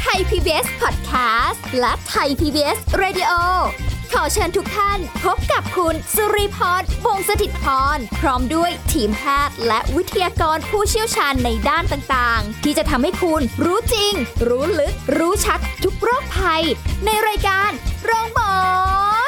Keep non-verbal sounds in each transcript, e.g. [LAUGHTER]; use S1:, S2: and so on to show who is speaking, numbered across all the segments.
S1: ไทย PBS Podcast และไทย PBS Radio ขอเชิญทุกท่านพบกับคุณ สุริพรวงศสถิตพร พร้อมด้วยทีมแพทย์และวิทยากรผู้เชี่ยวชาญในด้านต่างๆ ที่จะทำให้คุณรู้จริง รู้ลึก รู้ชัดทุกโรคภัย ในรายการโรงพยาบาล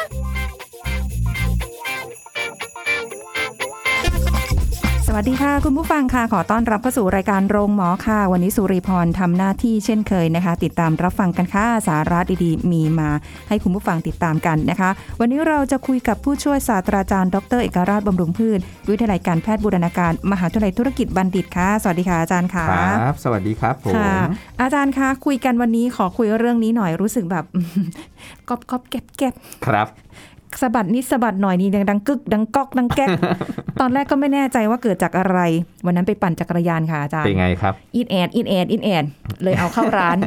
S2: สวัสดีค่ะ คุณผู้ฟังค่ะ ขอต้อนรับเข้าสู่รายการโรงหมอค่ะ วันนี้สุริพรทำหน้าที่เช่นเคยนะคะ ติดตามรับฟังกันค่ะ สาระดีๆ มีมาให้คุณผู้ฟังติดตามกันนะคะ วันนี้เราจะคุยกับผู้ช่วยศาสตราจารย์ดรเอกราชบำรุงพืช วิทยาลัยการแพทย์บูรณาการ มหาวิทยาลัยธุรกิจบัณฑิตค่ะ สวัสดีค่ะอาจารย์ค่ะ
S3: ครับ สวัสดีครับผม
S2: ค่ะ อาจารย์คะคุยกันวันนี้ขอคุยเรื่องนี้หน่อยรู้สึกแบบ [LAUGHS] กอบกอบแก็บแก็บ
S3: ครับ
S2: สะบัดนิดสะบัดหน่อยนี่ดังดังกึก ดังก๊อกดังแก๊
S3: [LAUGHS]
S2: ก ตอนแรกก็ไม่แน่ใจว่าเกิดจากอะไร วันนั้นไปปั่นจักรยานค่ะอาจาร
S3: เป็น
S2: ย์
S3: ไงครับ
S2: อินแอดอินแอดอินแอดเลยเอาเข้า
S3: [LAUGHS]
S2: ร้าน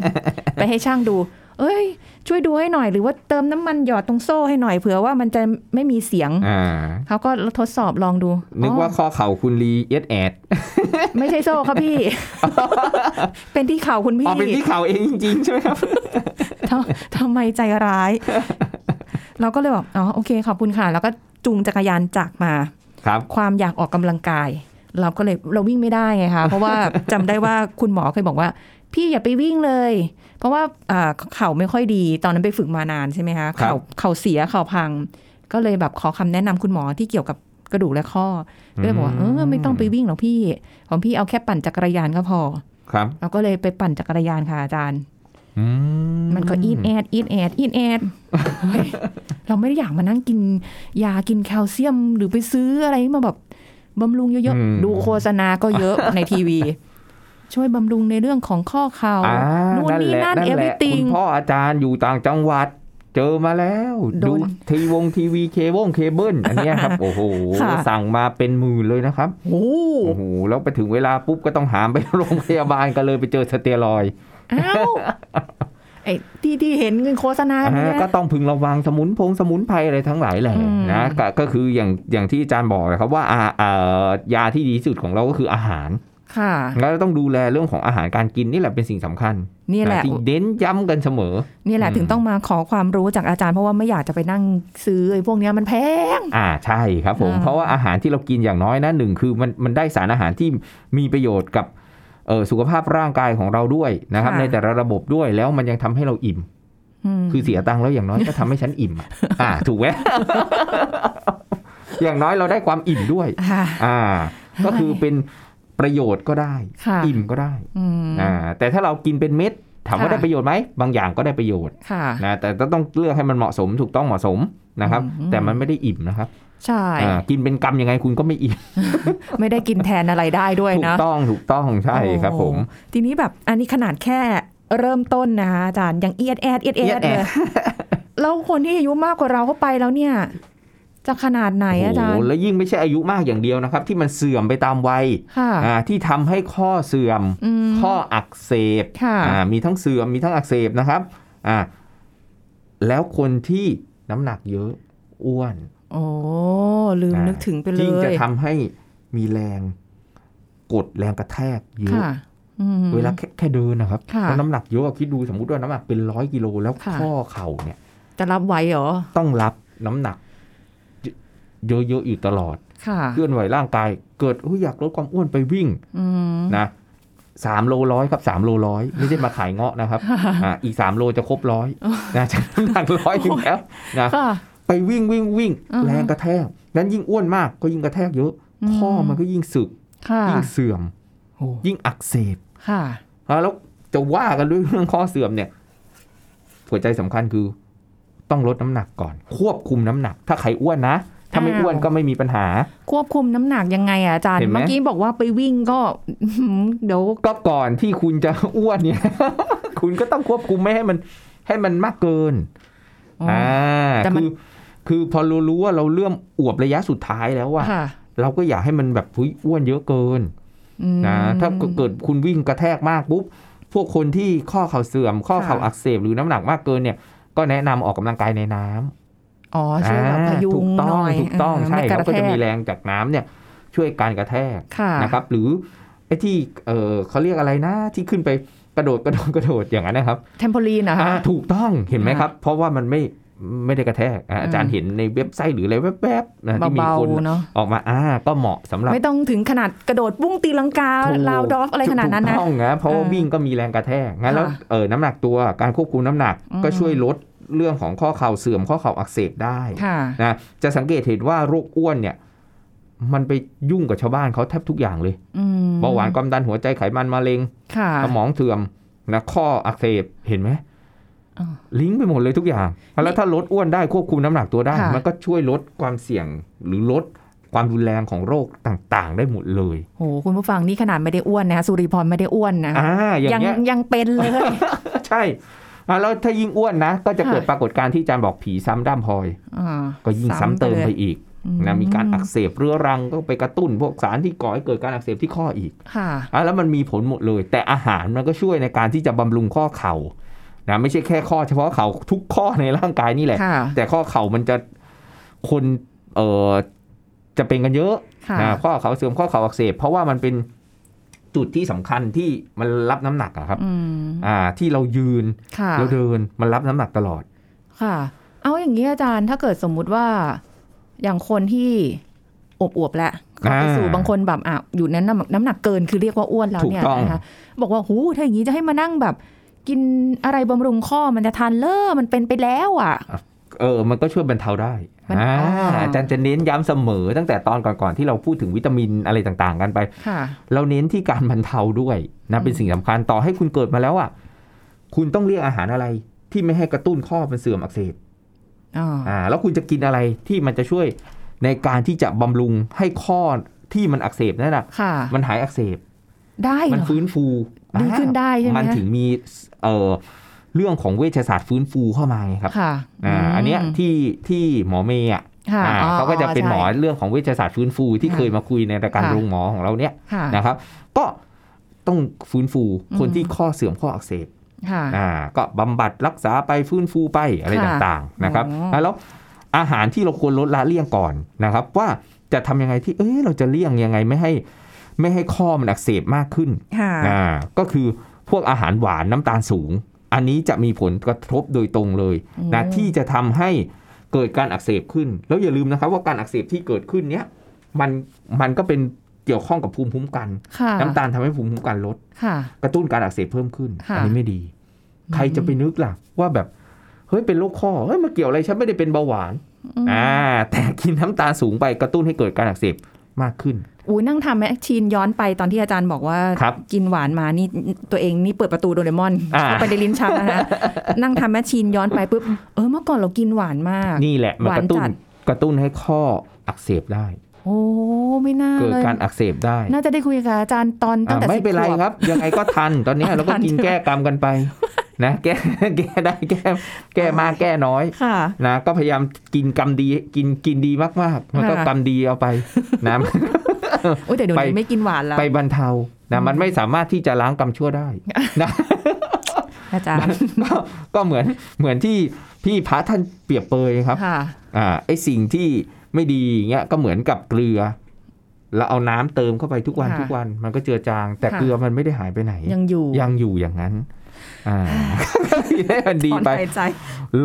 S2: ไปให้ช่างดู เอ้ย ช่วยดูให้หน่อยหรือว่าเติมน้ำมันหยอดตรงโซ่ให้หน่อยเผื่อว่ามันจะไม่มีเสียง
S3: อ่า
S2: เขาก็ทดสอบลองดู
S3: นึกว่า
S2: อ๋
S3: ข้อเข่าคุณรีเอสแอด
S2: อไม่ใช่โซ่ครับ
S3: [LAUGHS]
S2: พี่ เป็นที่เข่าคุณพี่
S3: อ๋อเป็นที่เข่าเองจริงๆใช่ไหมครับ
S2: ทำทำไมใจร้าย เราก็เลยบอกอ๋อโอเคขอบคุณค่ะ แล้วก็จูงจักรยานจากมา
S3: ครับ
S2: ความอยากออกกำลังกาย เราก็เลยเราวิ่งไม่ได้ไงคะเพราะว่า จำได้ว่าคุณหมอเคยบอกว่า พี่อย่าไปวิ่งเลย เพราะว่าอ่าเข่าไม่ค่อยดี ตอนนั้นไปฝึกมานานใช่ไหมคะ
S3: ครับ
S2: เข่าเข่าเสียเข่าพัง ก็เลยแบบขอคำแนะนำคุณหมอที่เกี่ยวกับกระดูกและข้ออก็เลยบอกว่าเออไม่ต้องไปวิ่งหรอกพี่ของพี่เอาแค่ปั่นจักรยานก็พอ
S3: ครับ
S2: เราก็เลยไปปั่นจักรยานค่ะอาจารย์
S3: อื
S2: มันก็อีดแอดอีดแอดอีดแอ
S3: [LAUGHS]
S2: ดเฮ้ยเราไม่ได้อยากมานั่งกิน ยากินแคลเซียมหรือไปซื้ออะไรมาแบบบำรุงเยอะๆ ดูโฆษณาก็เยอะในทีวี
S3: [LAUGHS]
S2: ช่วยบำรุงในเรื่องของข้อเข่า
S3: อ่า
S2: นู่น
S3: นั่น
S2: นี่
S3: แหละ
S2: นั่น
S3: นั่นแหละ
S2: everything
S3: คุณพ่ออาจารย์อยู่ต่างจังหวัด เจอมาแล้ว
S2: โด
S3: ดู
S2: น
S3: ทีวงทีวีเคเบิลเคเบิลอันเนี้ย
S2: [LAUGHS]
S3: ครับ โอ้โห
S2: ค่ะ
S3: สั่งมาเป็นหมื่นเลยนะครับ
S2: โอ้
S3: โอ้โห แล้วไปถึงเวลาปุ๊บก็ต้องหามไปโรงพยาบาลกันเลยไปเจอสเตียรอยด์
S2: อ้าว [LAUGHS] ไอ้ที่ที่เห็นเงินโฆษณา
S3: อ่า
S2: เนี่ย
S3: ก็ต้องพึงระวังสมุนพงสมุนไพรอะไรทั้งหลายแหละ
S2: อืม
S3: นะก็ก็คืออย่างอย่างที่อาจารย์บอกนะครับว่าอาอ่ายาที่ดีที่สุดของเราก็คืออาหาร
S2: ค่ะ
S3: แล้วเราต้องดูแลเรื่องของอาหารการกินนี่แหละเป็นสิ่งสำคัญ
S2: นี่แหละ
S3: นะที่เน้นย้ำกันเสมอ
S2: นี่แหละ
S3: อืม
S2: ถึงต้องมาขอความรู้จากอาจารย์เพราะว่าไม่อยากจะไปนั่งซื้อไอ้พวกเนี้ยมันแพง
S3: อ่าใช่ครับผม
S2: อ่า
S3: เพราะว่าอาหารที่เรากินอย่างน้อยนะหนึ่งคือมันมันได้สารอาหารที่มีประโยชน์กับเอ่อสุขภาพร่างกายของเราด้วยนะครับ ในแต่ละระบบด้วยแล้วมันยังทำให้เราอิ่ม
S2: ม
S3: คือเสียตังค์แล้วอย่างน้อยก็ทำให้ฉันอิ่มอะอ่า ถูกไหม [LAUGHS] อย่างน้อยเราได้ความอิ่มด้วย
S2: ค่ะ
S3: อ่า ก็คือเป็นประโยชน์ก็ได้
S2: ค่ะ
S3: อิ่มก็ได้
S2: อืม
S3: อ่า แต่ถ้าเรากินเป็นเม็ดถามว่า
S2: ค่ะ
S3: ได้ประโยชน์ไหมบางอย่างก็ได้ประโยชน์
S2: ค่ะ
S3: นะแต่ก็ต้องเลือกให้มันเหมาะสมถูกต้องเหมาะสมนะครับ
S2: อืม
S3: แต่มันไม่ได้อิ่มนะครับ
S2: ใช่
S3: อ่ากินเป็นกำยังไงคุณก็ไม่อิ่ม
S2: ไม่ได้กินแทนอะไรได้ด้วย
S3: ถูก
S2: นะ
S3: ต้องถูกต้องใช่ครับผม
S2: โอ้โหทีนี้แบบอันนี้ขนาดแค่เริ่มต้นนะคะอาจารย์ยังเอียดแอดเอียดแอ
S3: เอีย
S2: ด
S3: ดแอ
S2: เล
S3: ด
S2: ย [LAUGHS] แล้วคนที่อายุมากกว่าเราเข้าไปแล้วเนี่ย จะขนาดไหน
S3: โอ้
S2: อาจาร
S3: โห
S2: ย์
S3: แล้วยิ่งไม่ใช่อายุมากอย่างเดียวนะครับ ที่มันเสื่อมไปตามวัย
S2: ค่ะ
S3: อ่าที่ทำให้ข้อเสื่อม
S2: อืม
S3: ข้ออักเสบ
S2: ค่ะ
S3: อ่ามีทั้งเสื่อมมีทั้งอักเสบนะครับอ่าแล้วคนที่น้ำหนักเยอะอ้วน
S2: โอ้ลืม
S3: อ่า
S2: นึกถึงไปเล
S3: ยิ่งจะ
S2: ย
S3: ทำให้มีแรงกดแรงกระแทกเยอะ
S2: ค่ะอืม
S3: เวลาแค่แค่เดินนะครับ
S2: ค่ะ
S3: แล้วน้ำหนักเยอะอะคิดดูสมมติว่าน้ำหนักเป็นร้อยกิโลแล้ว
S2: ค่ะ
S3: ข้อเข่าเนี่ย
S2: จะรับไหวเหรอ
S3: ต้องรับน้ำหนัก เยอะเยอะๆอยู่ตลอด
S2: ค่ะ
S3: เคลื่อนไหวร่างกาย เกิดอุ๊ยอยากลดความอ้วนไปวิ่ง
S2: อืม
S3: นะสามโลร้อยครับสามโลร้อยไม่ได้มาขายเงาะนะครับ อ่าอีกสามโลจะครบร้อยนะ [LAUGHS] จะน้ำหนักร้อยถึงแล้วนะ
S2: ค่ะ
S3: ไปวิ่งวิ่งวิ่ง
S2: อ่าฮะ
S3: แรงกระแทกนั้นยิ่งอ้วนมากก็ยิ่งกระแทกเยอะ
S2: อืม
S3: ข้อมันก็ยิ่งสึก
S2: ค่ะ
S3: ยิ่งเสื่อม
S2: โอ้
S3: ยิ่งอักเสบ
S2: ค่ะ
S3: อ่ะแล้วจะว่ากันด้วยเรื่องข้อเสื่อมเนี่ยหัวใจสำคัญคือ ต้องลดน้ำหนักก่อน ควบคุมน้ำหนัก ถ้าใครอ้วนนะ ถ้าไม่
S2: อ้าว
S3: อ้วนก็ไม่มีปัญหา
S2: ควบคุมน้ำหนักยังไงอะอาจารย์
S3: เห็นไหม
S2: เมื่อกี้บอกว่าไปวิ่งก็ [LAUGHS] เดี๋ยว
S3: ก็ก่อนที่คุณจะอ้วนเนี่ย [LAUGHS] คุณก็ต้องควบคุมไม่ให้มัน ให้มันมากเกิน อ่า
S2: แต่มัน
S3: คือคือพอเรารู้ว่าเราเริ่มอวบระยะสุดท้ายแล้วว่า
S2: ค่ะ
S3: เราก็อยากให้มันแบบหุ้ยอ้วนเยอะเกิน
S2: อืม
S3: นะถ้าเกิดคุณวิ่งกระแทกมากปุ๊บพวกคนที่ข้อเข่าเสื่อม ข้อเข่า
S2: ค่ะ
S3: อักเสบหรือน้ำหนักมากเกินเนี่ย ก็แนะนำออกกำลังกายในน้ำ
S2: อ๋อช่วยแบบพยุง
S3: ถูก
S2: ห
S3: ต้
S2: น่อย
S3: ถูกต้อง
S2: า
S3: ใช่
S2: ไม่
S3: ค
S2: ก
S3: รับ
S2: ระ
S3: ก็
S2: แท
S3: จะมี
S2: ก
S3: แรงจากน้ำเนี่ยช่วยการกระแทก
S2: ค่ะ
S3: นะครับ หรือไอ้ที่เออเขาเรียกอะไรนะที่ขึ้นไปกระโดดกระโดดกระโดดอย่างนั้นนะครับ
S2: เทมโพลีนนะคะ
S3: อ่าถูกต้องเห็นไหม
S2: อ่า
S3: ครับ เพราะว่ามันไม่ไม่ได้กระแทกอ่าอาจารย์
S2: อืม
S3: เห็นในเว็บไซต์หรืออะไรแวบๆนะที่มี
S2: เบา
S3: คน
S2: ๆเนาะ
S3: ออกมาอ่าก็เหมาะสำหรับ
S2: ไม่ต้องถึงขนาดกระโดดบุ้งตีลังกา
S3: ถูก
S2: ลาวดอฟอะไรขนาดนั้นนะ
S3: ถูกต้องนะเพราะว่า
S2: เออ
S3: วิ่งก็มีแรงกระแทกงั้นแล้ว
S2: ค่ะ
S3: เออน้ำหนักตัวการควบคุมน้ำหนัก
S2: อืม
S3: ก็ช่วยลดเรื่องของข้อเข่าเสื่อมข้อเข่าอักเสบได้
S2: ค่ะ
S3: นะจะสังเกตเห็นว่าโรคอ้วนเนี่ย มันไปยุ่งกับชาวบ้านเขาแทบทุกอย่างเลย
S2: อืม
S3: เบาหวานความดันหัวใจไขมันมะเร็ง
S2: ค่ะ
S3: สมองเสื่อมนะข้ออักเสบเห็นไหม
S2: อ่า
S3: ลิงก์ไปหมดเลยทุกอย่าง แล้วถ้าลดอ้วนได้ควบคุมน้ำหนักตัวได้
S2: ค่ะ
S3: มันก็ช่วยลดความเสี่ยงหรือลดความรุนแรงของโรคต่างๆ ได้หมดเลย
S2: โหคุณผู้ฟังนี่ขนาดไม่ได้อ้วนนะคะสุริพรไม่ได้อ้วนนะ
S3: อ่าอ
S2: ยั
S3: ย่าง
S2: ง
S3: เงี้ย
S2: ยังเป็นเลย
S3: ใช่อ่ะแล้วถ้ายิ่งอ้วนนะ ก็จะ
S2: ค่ะ
S3: เกิดปรากฏการณ์ที่อาจารย์บอกผีซ้ำด้ามพลอย
S2: อ่า
S3: ก็ยิ่งซ้ำเติม
S2: ลย
S3: ไปอีกนะมีการอัก
S2: อื
S3: เสบเรื้อรังก็ไปกระตุ้นพวกสารที่ก่อให้เกิดการอักเสบที่ข้ออีก
S2: ค่ะ
S3: อ่ะแล้วมันมีผลหมดเลย แต่อาหารมันก็ช่วยในการที่จะบำรุงข้อเข่านะไม่ใช่แค่ข้อเฉพาะเข่าทุกข้อในร่างกายนี่แหละ
S2: ค่ะ
S3: แต่ข้อเข่ามันจะคนเออจะเป็นกันเยอะ
S2: ค่ะ
S3: นะข้อเข่าเสื่อมข้อเข่าอักเสบเพราะว่ามันเป็นจุดที่สำคัญที่มันรับน้ำหนักอะครับ
S2: อืม
S3: อ่าที่เรายืน
S2: ค่ะ
S3: แล้วเดินมันรับน้ำหนักตลอด
S2: ค่ะ เอาอย่างนี้อาจารย์ถ้าเกิดสมมุติว่า อย่างคนที่อวบๆแล้ว
S3: อ่า
S2: ไปสู่บางคนแบบอ่ะอยู่นั้นน้ำน้ำหนักเกินคือเรียกว่าอ้วนแล้วเนี่ย
S3: ถูกต้อง
S2: นะคะบอกว่าหูถ้าอย่างนี้จะให้มานั่งแบบ กินอะไรบำรุงข้อมันจะทันเลอมันเป็นไปแล้วอ่ะ
S3: เออ มันก็ช่วยบรรเทาได้
S2: มัน
S3: อ่า
S2: อ๋ออ
S3: อาจารย์จะเน้นย้ำเสมอตั้งแต่ตอนก่อนๆที่เราพูดถึงวิตามินอะไรต่างๆ กันไป
S2: ค่ะ
S3: เราเน้นที่การบรรเทาด้วยนะเป็นสิ่งสำคัญต่อให้คุณเกิดมาแล้วอ่ะคุณต้องเลี่ยงอาหารอะไร ที่ไม่ให้กระตุ้นข้อมันเสื่อมอักเสบ
S2: อ๋อ
S3: อ่าแล้วคุณจะกินอะไรที่มันจะช่วยในการที่จะบำรุงให้ข้อที่มันอักเสบนั่นแหะ
S2: ค่ะ
S3: มันหายอักเสบ
S2: ได้เหร
S3: มัน
S2: อ
S3: ฟื้นฟู
S2: ดีขึ้นได้ใช่ไหม
S3: มันถึงมีเอ่อเรื่องของเวชศาสตร์ฟื้นฟูเข้ามาไงครับ
S2: ค่ะ
S3: อ่าอันเนี้ย
S2: ม
S3: ที่ที่หมอเมย์อ่ะ
S2: ค่ะ
S3: อ่า
S2: อ๋อ
S3: เขาก็จะเป็น
S2: ใช่
S3: หมอเรื่องของเวชศาสตร์ฟื้นฟูที่
S2: ค่ะ
S3: เคยมาคุยในรายการ
S2: ค่ะ
S3: โรงหมอของเราเนี่ย
S2: ค่ะ
S3: นะครับ ก็ต้องฟื้นฟูคน
S2: อืม
S3: ที่ข้อเสื่อมข้ออักเสบ
S2: ค่ะ
S3: อ่าก็บำบัดรักษาไปฟื้นฟูไปอะไร
S2: ค่ะ
S3: ต่างๆนะครับ
S2: โอ้
S3: แล้วอาหารที่เราควรลดละเลี่ยงก่อนนะครับ ว่าจะทำยังไงที่เอ้เราจะเลี่ยงยังไงไม่ให้ ไม่ให้ข้อมันอักเสบมากขึ้น
S2: ค่ะ
S3: อ่าก็คือพวกอาหารหวานน้ำตาลสูง อันนี้จะมีผลกระทบโดยตรงเลยนะ
S2: อืม
S3: ที่จะทำให้เกิดการอักเสบขึ้น แล้วอย่าลืมนะครับว่าการอักเสบที่เกิดขึ้นเนี้ยมันมันก็เป็นเกี่ยวข้องกับภูมิคุ้มกัน
S2: ค่ะ
S3: น้ำตาลทำให้ภูมิคุ้มกันลด
S2: ค่ะ
S3: กระตุ้นการอักเสบเพิ่มขึ้น
S2: ค่ะ
S3: อันี้ไม่ดี ใครจะไปนึกล่ะ ว่าแบบเฮ้ยเป็นโรคข้อเฮ้ยมาเกี่ยวอะไรฉันไม่ได้เป็นเบาหวาน
S2: อืม
S3: อ่าแต่กินน้ำตาลสูงไปกระตุ้นให้เกิดการอักเสบมากขึ้น
S2: อูนั่งทำแมชชีนย้อนไปตอนที่อาจารย์บอกว่า
S3: ครับ
S2: กินหวานมานี่ตัวเองนี่เปิดประตูโดเรมอน
S3: อ่า
S2: เข้าไปในลิ้นชัก
S3: [LAUGHS]
S2: นะคะ นั่งทำแมชชีนย้อนไปปุ๊บเออเมื่อก่อนเรากินหวานมาก
S3: นี่แหละมัน
S2: หวาก น
S3: ระตุ้น
S2: จัด
S3: กระตุ้นให้ข้ออักเสบได้
S2: โอ้ไม่น่า
S3: เกิด
S2: เลย
S3: การอักเสบได้
S2: น่าจะได้คุยกับอาจารย์ตอนตั้งแต่
S3: อ่ะไม่
S2: สิบ
S3: เป็นไร
S2: ขว
S3: ครับ ยังไงก็ทัน ตอน
S2: [LAUGHS]
S3: นี้เราก็
S2: ทัน
S3: กิน
S2: ใช่ไหม
S3: แก้กรรมกันไป นะแก้ [LAUGHS] แก้ได้แก้แก้มากแก้น้อย
S2: ค่ะ
S3: นะก็พยายามกินกรรมดีกินกินดีมากๆ มันก็
S2: ค่ะ
S3: กรรมดีเอาไปนะ
S2: โอ้ยแต่เดี๋ยวนี้
S3: ไป
S2: ไม่กินหวาน [LAUGHS] แล้ว
S3: ไปบรรเทานะมันไม่สามารถที่จะล้างกรรมชั่วได้ [LAUGHS] นะ
S2: อาจารย์
S3: ก็ก็เหมือนเหมือนที่พี่พระท่านเปรียบเปยครับ
S2: ค่ะ
S3: อ่าไอสิ่งที่ไม่ดีเงี้ยก็เหมือนกับเกลือแล้วเอาน้ำเติมเข้าไปทุกวัน
S2: ค่ะ
S3: ทุกวัน มันก็เจือจาง แต่
S2: ค่ะ
S3: เกลือมันไม่ได้หายไปไหน
S2: ยังอยู่
S3: ยังอยู่อย่างนั้น [LAUGHS] อ่า ได้มันดี
S2: ถอน
S3: ไป
S2: หายใจ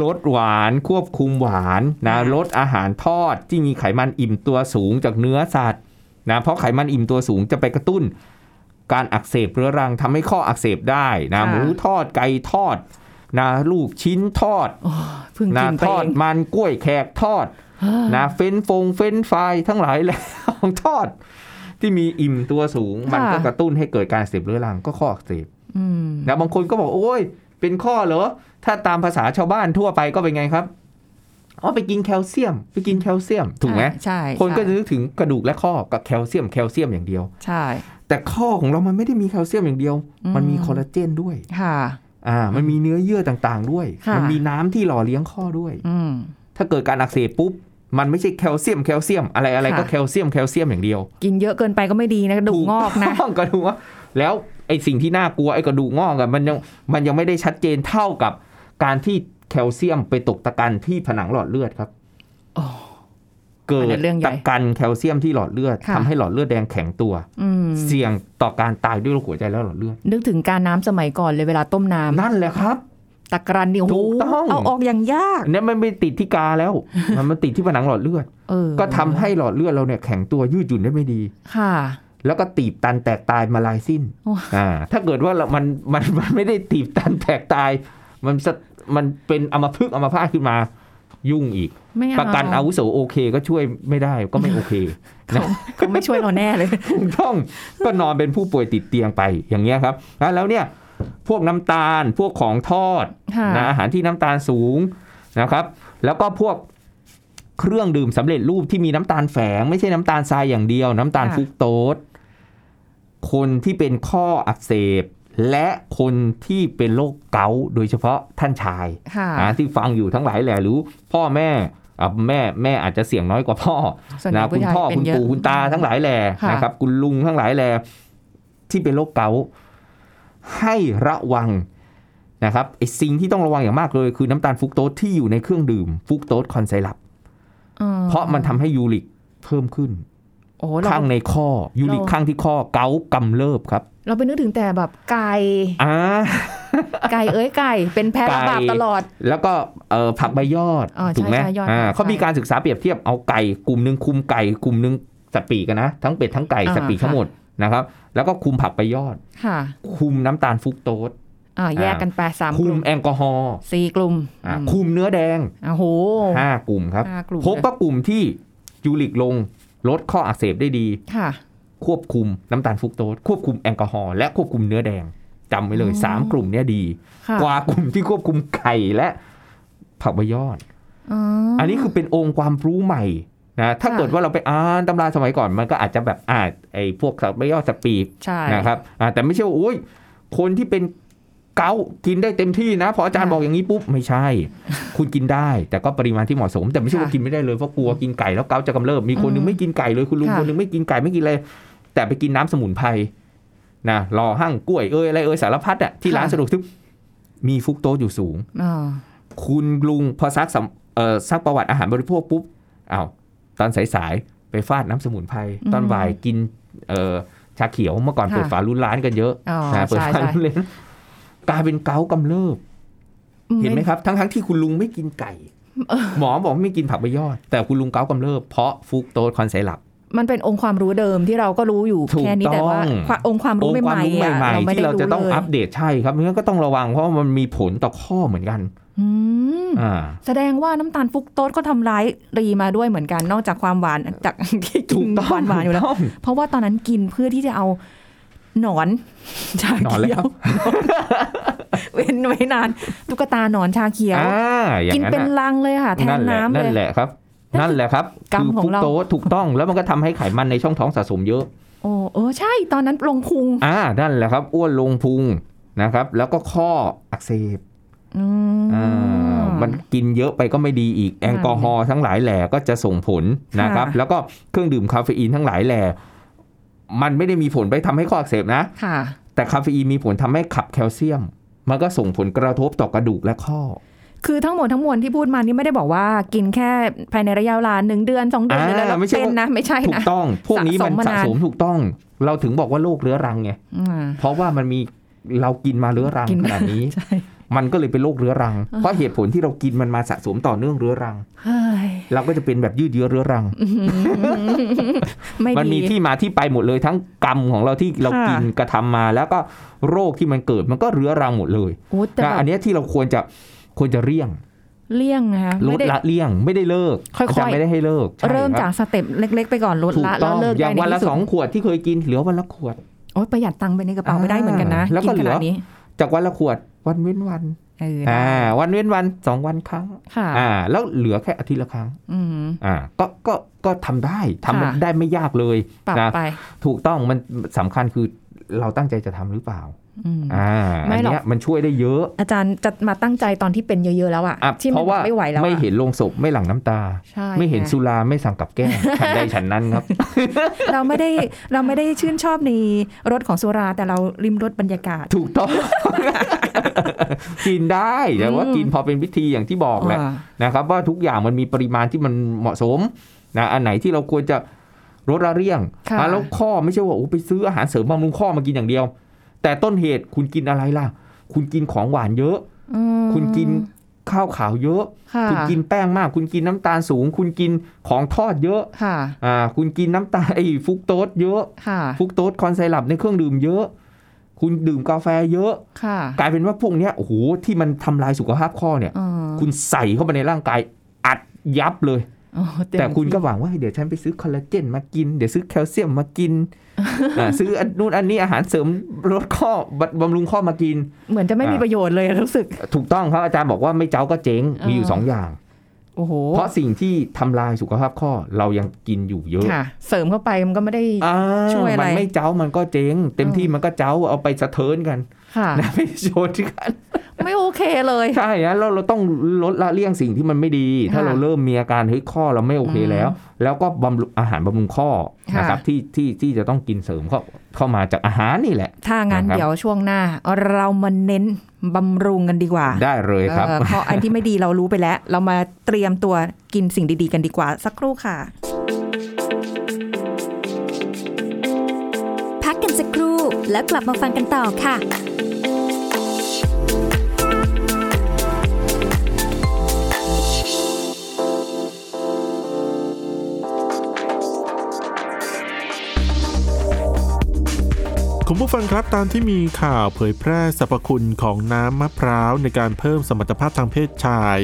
S3: ลดหวานควบคุมหวานนะ
S2: ค่ะ
S3: ลดอาหารทอดที่มีไขมันอิ่มตัวสูงจากเนื้อสัตว์นะเพราะไขมันอิ่มตัวสูงจะไปกระตุ้น การอักเสบเรื้อรังทำให้ข้ออักเสบได้นะหมูทอดไก่ทอดนะลูกชิ้นทอด
S2: โอ้เพิ่ง
S3: นะ
S2: กินไป
S3: ทอ
S2: เอ
S3: ด
S2: ง
S3: มันกล้วยแขกทอดนะเฟ้นฟงเฟ้นไฟรายทั้งหลายแหละ [LAUGHS] ของทอด ที่มีอิ่มตัวสูง มันก็กระตุ้นให้เกิดการอักเสพเรื้อรังก็ข้ออักเสบ
S2: อืม
S3: นะบางคนก็บอกโอ้ย เป็นข้อเหรอ ถ้าตามภาษาชาวบ้านทั่วไปก็เป็นไงครับอ๋อไปกินแคลเซียม ไปกินแคลเซียม ถูกไหม
S2: ใช่
S3: คนก็จะ
S2: ใช่
S3: นึกถึงกระดูกและข้อกับแคลเซียมแคลเซียมอย่างเดียว
S2: ใช่
S3: แต่ข้อของเรามันไม่ได้มีแคลเซียมอย่างเดียว
S2: อืม
S3: มันมีคอลลาเจนด้วย
S2: ค่ะ
S3: อ่ามันมีเนื้อเยื่อต่างๆ ด้วย
S2: ค่ะ
S3: มัมีน้ำที่หล่อเลี้ยงข้อด้วย
S2: อืม
S3: ถ้าเกิดการอักเสบปุ๊บ มันไม่ใช่แคลเซียมแคลเซียมอะไรอะไรก็
S2: ค่ะ
S3: แคลเซียมแคลเซียมอย่างเดียว
S2: กินเยอะเกินไปก็ไม่ดีนะกระดูกงอกนะ
S3: ถูต้อง [LAUGHS] กระดูกงอกแล้วไอ้สิ่งที่น่ากลัวไอ้กระดูกงอกอะมันยังมันยังไม่ได้ชัดเจนเท่ากับการที่แคลเซียมไปตกตะกันที่ผนังหลอดเลือดครับ
S2: โอ้
S3: เกิ
S2: อันนั้
S3: ด
S2: นเรื่องใหญ่
S3: ตะกันแคลเซียมที่หลอดเลือด
S2: ค่ะ
S3: ทำให้หลอดเลือดแดงแข็งตัว
S2: อืม
S3: เสี่ยงต่อการตายด้วยโรคหัวใจและหลอดเลือด
S2: นึกถึงการน้ำสมัยก่อนเลยเวลาต้มน้ำ
S3: นั่นแหละครับ
S2: ตะกรันนี่โอ้โห
S3: ถูกต้อง
S2: เอาออกอย่างยาก
S3: เนี่ยมันไม่ติดที่กา
S2: [LAUGHS]
S3: แล้ว มันมาติดที่ผนังหลอดเลือด
S2: เออ
S3: ก็ทำให้หลอดเลือดเราเนี่ยแข็งตัวยืดหยุ่นได้ไม่ดี
S2: ค่ะ
S3: แล้วก็ตีบตันแตกตายมาลายสิ้น
S2: โอ้
S3: อ่าถ้าเกิดว่าเรามันมันมันไม่ได้ตีบตันแตกตาย มันสะมันเป็นอมพึกษ์อมพาตขึ้นมายุ่งอีก
S2: ไม่เอา
S3: ประกันอาวุโสโอเค ก็ช่วยไม่ได้ก็ไม่โอเค
S2: เขาเขาไม่ช่วยเราแน่
S3: [LAUGHS]
S2: เลย
S3: ถูกต้องก็นอนเป็นผู้ป่วยติดเตียงไปอย่างเงี้ยครับอ่ะแล้วเนี่ยพวกน้ำตาลพวกของทอด
S2: ค่ะ
S3: นะอาหารที่น้ำตาลสูงนะครับ แล้วก็พวกเครื่องดื่มสำเร็จรูปที่มีน้ำตาลแฝง ไม่ใช่น้ำตาลทรายอย่างเดียว น้ำตาล
S2: ค่ะ
S3: ฟรุกโตสคนที่เป็นข้ออักเสบ และคนที่เป็นโรคเกาต์โดยเฉพาะท่านชาย
S2: ค่ะ
S3: อ่าที่ฟังอยู่ทั้งหลายแหละหรือพ่อแม่อ่ะแม่แม่อาจจะเสี่ยงน้อยกว่าพ่อ
S2: ส่วนใหญ่
S3: นะ
S2: ผู้
S3: คุณ
S2: ชาย
S3: พ่อ
S2: เป็น
S3: คุณ
S2: เยอะ
S3: ปู่คุณตาทั้งหลายแหละ
S2: ค่ะ
S3: นะครับ คุณลุงทั้งหลายแหละที่เป็นโรคเกาต์ให้ระวังนะครับไอ้สิ่งที่ต้องระวังอย่างมากเลย คือน้ำตาลฟรุกโตสที่อยู่ในเครื่องดื่มฟรุกโตสคอนไซรัป
S2: ออ
S3: เพราะมันทำให้ยูริกเพิ่มขึ้น
S2: โอ้เรา
S3: ข้างในข้อยูริกข้างที่ข้อเกาต์กำเริบครับ
S2: เราไปนึกถึงแต่แบบไก่
S3: [LAUGHS] อ่า
S2: ไก่เอ้ยไก่ เป็นแพ้ระบาป
S3: ไก่
S2: ตลอด
S3: แล้วก็เอ่อผักใบยอด
S2: อ๋อใช่
S3: ถูกไหม
S2: ใช่ยอด
S3: อ่า
S2: ใช่
S3: เขามีการศึกษาเปรียบเทียบเอาไก่กลุ่มหนึ่งคุมไก่กลุ่มหนึ่งสัตว์ปีกกันนะ ทั้งเป็ดทั้งไก่
S2: อ่า
S3: สัตว์ปีก
S2: ค่ะ
S3: ทั้งหมดนะครับ แล้วก็คุมผักใบยอด
S2: ค่ะ
S3: คุมน้ำตาลฟรุกโตส
S2: อ่าแยก
S3: อ่า
S2: กันไปสามก
S3: คุม
S2: ลุ่ม
S3: แอลกอฮอล์
S2: สี่กลุ่ม
S3: อ่า
S2: อืม
S3: คุมเนื้อแดง
S2: อ่ะโห
S3: ห้ากลุ่มครับ
S2: ห้ากลุ่ม
S3: พบว่ากลุ่มที่ยูริกลงลดข้ออักเสบได้ดี
S2: ค่ะ
S3: ควบคุมน้ำตาลฟรุกโตสควบคุมแอลกอฮอล์และควบคุมเนื้อแดงจำไว้เลย
S2: อ๋อ
S3: สามกลุ่มเนี้ยดี
S2: ค่ะ
S3: กว่ากลุ่มที่ควบคุมไก่และผักใบยอด
S2: อ๋อ
S3: อั
S2: อั
S3: นนี้คือเป็นองค์ความรู้ใหม่นะถ้า
S2: ค่ะ
S3: เกิดว่าเราไปอ่านตำราสมัยก่อนมันก็อาจจะแบบอ่าไอ้พวกสับไม่ยอดสปีด
S2: ใช่
S3: นะครับอ่าแต่ไม่ใช่ว่าโอ้ยคนที่เป็นเกาต์กินได้เต็มที่นะพออาจารย์
S2: ค่ะ
S3: บอกอย่างนี้ปุ๊บไม่ใช่
S2: [LAUGHS]
S3: คุณกินได้ แต่ก็ปริมาณที่เหมาะสม แต่ไม่ใช่ว่า
S2: ค่ะ
S3: กินไม่ได้เลยเพราะกลัวกินไก่แล้วเกาต์จะกำเริบมีคนหนึ
S2: อื
S3: ง
S2: ม
S3: ไม่กินไก่เลยคุณลุง
S2: ค่ะ
S3: คนหนึงไม่กินไก่ไม่กินอะไรแต่ไปกินน้ำสมุนไพรนะรอหั่งกล้วยเอ้ยอะไรเอ้ยสารพัดอะที่ร้านสะดวกซื้อมีฟรุกโตสอยู่สูง
S2: อ๋อ
S3: คุณลุงพอซักสำเอ่อซักประวัติอาหารบริโภคปุ๊บอ้าวตอนสายๆไปฟาดน้ำสมุนไพรตอนบ่ายกินเอ่อชาเขียวเมื่อก่อนเปิดฝารุ่นร้านกันเยอะ
S2: อ๋อ
S3: นะเปิด
S2: ใช่
S3: ฝา
S2: ใช่
S3: รุ่นเลยกลายเป็นเกาต์กำเริบ
S2: อื
S3: เห็นไหมครับทั้งทั้งๆที่คุณลุงไม่กินไก่ หมอบอกไม่กินผักใบยอด แต่คุณลุงเกาต์กำเริบเพราะฟรุกโตสคอนไซรัป
S2: มันเป็นองค์ความรู้เดิมที่เราก็รู้อยู่
S3: ถูก
S2: แค่นี้แต่ว่า
S3: ต้อง
S2: ความองค์ความ
S3: อ
S2: รู้
S3: งค์ความรู้
S2: ใหม่ๆ
S3: ใหม่
S2: อะ
S3: ๆที่เราจะต้อง
S2: ไม่ได้
S3: อัป
S2: เลย
S3: เดตใช่ครับงั้นก็ต้องระวังเพราะมันมีผลต่อข้อเหมือนกัน
S2: อืม
S3: อ่า
S2: แสดงว่าน้ำตาลฟรุกโตสก็ทำร้ายรีมาด้วยเหมือนกันนอกจากความหวานจาก [LAUGHS] ที่กิ
S3: ถู
S2: น
S3: กต้อง
S2: หวานหวานๆอยู่แล้ว
S3: ถูกต้อง
S2: เพราะว่าตอนนั้นกินเพื่อที่จะเอาหนอน [LAUGHS] ชา
S3: หนอนเลย
S2: เขีย
S3: คว รับ
S2: เว้น [LAUGHS] ไว้นานตุ๊กตาหนอนชาเขียว
S3: อ่าอย่า
S2: กิ
S3: ง
S2: น
S3: นั้น
S2: เป็น
S3: อะ
S2: ลังเลยค่ะ แทนน้ำเล
S3: นั่นแห
S2: ย
S3: ละครับ นั่นแหละครับ
S2: กรรม
S3: คื
S2: ของเรา
S3: ฟรุกโตสถูกต้องแล้วมันก็ทำให้ไขมันในช่องท้องสะสมเยอะ
S2: โอ้เออใช่ตอนนั้นลงพุง
S3: อ่า นั่นแหละครับ อ้วนลงพุงนะครับ แล้วก็ข้ออักเสบ
S2: อืม
S3: อ่ามันกินเยอะไปก็ไม่ดีอีก แอลกอฮอล์ทั้งหลายแหล่ก็จะส่งผลนะครับ
S2: ค่ะ
S3: แล้วก็เครื่องดื่มคาเฟอีนทั้งหลายแหล่มันไม่ได้มีผลไปทำให้ข้ออักเสบนะ
S2: ค่ะ
S3: แต่คาเฟอีนมีผลทำให้ขับแคลเซียม มันก็ส่งผลกระทบต่อกระดูกและข้อ
S2: คือทั้งหมดทั้งมวลที่พูดมานี่ไม่ได้บอกว่ากินแค่ภายในระยะเวลาหนึ่งเดือนสองเดือน
S3: อ่า
S2: หรืออะไรแล้ว
S3: ไม่ใช่
S2: เป็น
S3: ว่า
S2: นะไม่ใช่
S3: ถูก
S2: นะ
S3: ต้อง พวกนี้มั
S2: สะสม
S3: น
S2: มา
S3: สะ
S2: นาน
S3: สมถูกต้อง เราถึงบอกว่าโรคเรื้อรังไง
S2: อืม
S3: เพราะว่ามันมีเรากินมาเรื้อรัง
S2: กิน
S3: ข
S2: มา
S3: นาดนี้
S2: ใช่
S3: มันก็เลยเป็นโรคเรื้อรัง เพราะเหตุผลที่เรากินมันมาสะสมต่อเนื่องเรื้อรัง
S2: เฮ้ย
S3: เราก็จะเป็นแบบยืดเยื้อเรื้อรัง
S2: ไม่
S3: มัน
S2: ดี
S3: มีที่มาที่ไปหมดเลยทั้งกรรมของเราที่เรา
S2: ค่ะ
S3: กินกระทำมา แล้วก็โรคที่มันเกิดมันก็เรื้อรังหมดเลย
S2: โอ้แต่
S3: นะ
S2: แบบ
S3: อันเนี้ยที่เราควรจะควรจะเลี่ยง
S2: เลี่ยงนะคะ
S3: ล
S2: ไม่
S3: ด
S2: ได้
S3: ละเลี่ยงไม่ได้เลิก
S2: ค่อยๆ
S3: อาจารย์ไม่ได้ให้เลิกใช่
S2: เริ่ม
S3: ค
S2: จา
S3: บ
S2: กสเต็ปเล็ก ๆ ไปก่อนลด
S3: ถูก
S2: ละ
S3: ต้
S2: แล้
S3: อ
S2: ว
S3: ง
S2: เลิก
S3: อ
S2: ได้
S3: ย่าง
S2: ใน
S3: วันละ
S2: ที่สุ
S3: ส
S2: ด
S3: องขวดที่เคยกินเหลือวันละขวด
S2: โอ้ยประหยัดตังค์ไปในกระเป๋าไม่ได้เหมือนกันนะ
S3: แล้วก็
S2: กินขนา
S3: เหลื
S2: ด
S3: อ
S2: นี้
S3: จากวันละขวดวันเว้นวัน
S2: เออ
S3: อ่าวันเว้นวันสองวันครั้ง
S2: ค่ะ
S3: อ่า แล้วเหลือแค่อาทิตย์ละครั้ง
S2: อืม
S3: อ่าก็ก็ก็ทำได้ทำ
S2: ค่ะ
S3: ได้ไม่ยากเลย
S2: ปรับ
S3: นะ
S2: ไป
S3: ถูกต้องมันสำคัญคือเราตั้งใจจะทำหรือเปล่า
S2: อืม
S3: อ่า
S4: ไม่
S3: อัน
S4: หรอก
S3: เนี้ยมันช่วยได้เยอะ
S4: อาจารย์จะมาตั้งใจตอนที่เป็นเยอะ ๆ แล้วอะ
S3: อ่ะ
S4: ที่
S3: เพ
S4: มัน
S3: ราะว่า
S4: ไม่ไหวแล้วอะ
S3: ไม่เห็นโลงศพไม่หลั่งน้ำตา
S4: ใช่
S3: ไม่เห็นสุราไม่สั่งกับแก้มฉันใดฉันนั้นครับ [LAUGHS]
S2: เราไม่ได้เราไม่ได้ชื่นชอบในรสของสุราแต่เราริมรสบรรยากาศ
S3: ถูกต้อง [LAUGHS] กินได้แต่ว่า
S2: อืม
S3: กินพอเป็นพิธีอย่างที่บอกแหละ
S2: อ่า
S3: นะครับ ว่าทุกอย่างมันมีปริมาณที่มันเหมาะสมนะอันไหนที่เราควรจะลดละเลี่ยง
S2: ค่ะ
S3: อ่ะแล้วข้อไม่ใช่ว่าโอ้ไปซื้ออาหารเสริมบำรุงข้อมากินอย่างเดียว แต่ต้นเหตุคุณกินอะไรล่ะ คุณกินของหวานเยอะ
S4: อืม
S3: คุณกินข้าวขาวเยอะ
S4: ค่ะ
S3: คุณกินแป้งมาก คุณกินน้ำตาลสูง คุณกินของทอดเยอะ
S4: ค่ะ
S3: อ่าคุณกินน้ำตาล [LAUGHS] ไอ้ฟรุกโตสเยอะ
S4: ค่ะ
S3: ฟรุกโตสคอนไซรัปในเครื่องดื่มเยอะ คุณดื่มกาแฟเยอะ
S4: ค่ะ
S3: กลายเป็นว่าพวกเนี้ยโอ้โหที่มันทำลายสุขภาพข้อเนี่ย
S4: อ๋อ
S3: คุณใส่เข้าไปในร่างกายอัดยับเลย
S4: อ๋อเม
S3: แต่คุณก็
S4: ที่
S3: หวังว่าเดี๋ยวฉันไปซื้อคอลลาเจนมากิน เดี๋ยวซื้อแคลเซียมมากิน [LAUGHS] อ่ะซื้ออันนู่นอันนี้อาหารเสริมลดข้อบำบำรุงข้อมากิน
S4: เหมือนจะไม่มี
S3: อ่า
S4: ประโยชน์เลยรู้สึก
S3: ถูกต้องครับอาจารย์บอกว่าไม่เจ้าก็เจ๊งมีอยู่
S4: เออ
S3: สองอย่าง
S4: โอ้โห
S3: เพราะสิ่งที่ทำลายสุขภาพข้อเรายังกินอยู่เยอะ
S4: ค่ะ เสริมเข้าไปมันก็ไม่ได้
S3: อ่า
S2: ช่วยอะไร
S3: มันไม่เจ้ามันก็เจ๊ง เต็ม
S4: เออ
S3: ที่มันก็เจ้าเอาไปสะเทินกัน
S4: ค่ะ
S3: นะ [LAUGHS] ไปโชว์ที่กัน
S4: ไม่โอเคเลย
S3: ใช่ฮะแล้วเราต้องลดละเลี่ยงสิ่งที่มันไม่ดี ถ้า
S4: ค่ะ
S3: เราเริ่มมีอาการเฮ้ยข้อเราไม่โอเคแล้ว แล้วก็บำรุงอาหารบำรุงข้อ
S4: ค่ะ
S3: นะครับที่ที่ที่จะต้องกินเสริมเข้าเข้ามาจากอาหารนี่แหละ
S2: ถ้างั้น
S3: นะครับ
S2: เดี๋ยวช่วงหน้า เรามาเน้นบำรุงกันดีกว่า
S3: ได้เลยครับ
S2: เออเพราะอันที่ไม่ดีเรารู้ไปแล้ว เรามาเตรียมตัวกินสิ่งดีๆกันดีกว่าสักครู่ค่ะ
S1: พักกันสักครู่แล้วกลับมาฟังกันต่อค่ะ
S5: คุณผู้ฟังครับตามที่มีข่าวเผยแพร่สรรพคุณของน้ำมะพร้าวในการเพิ่มสมรรถภาพทางเพศชาย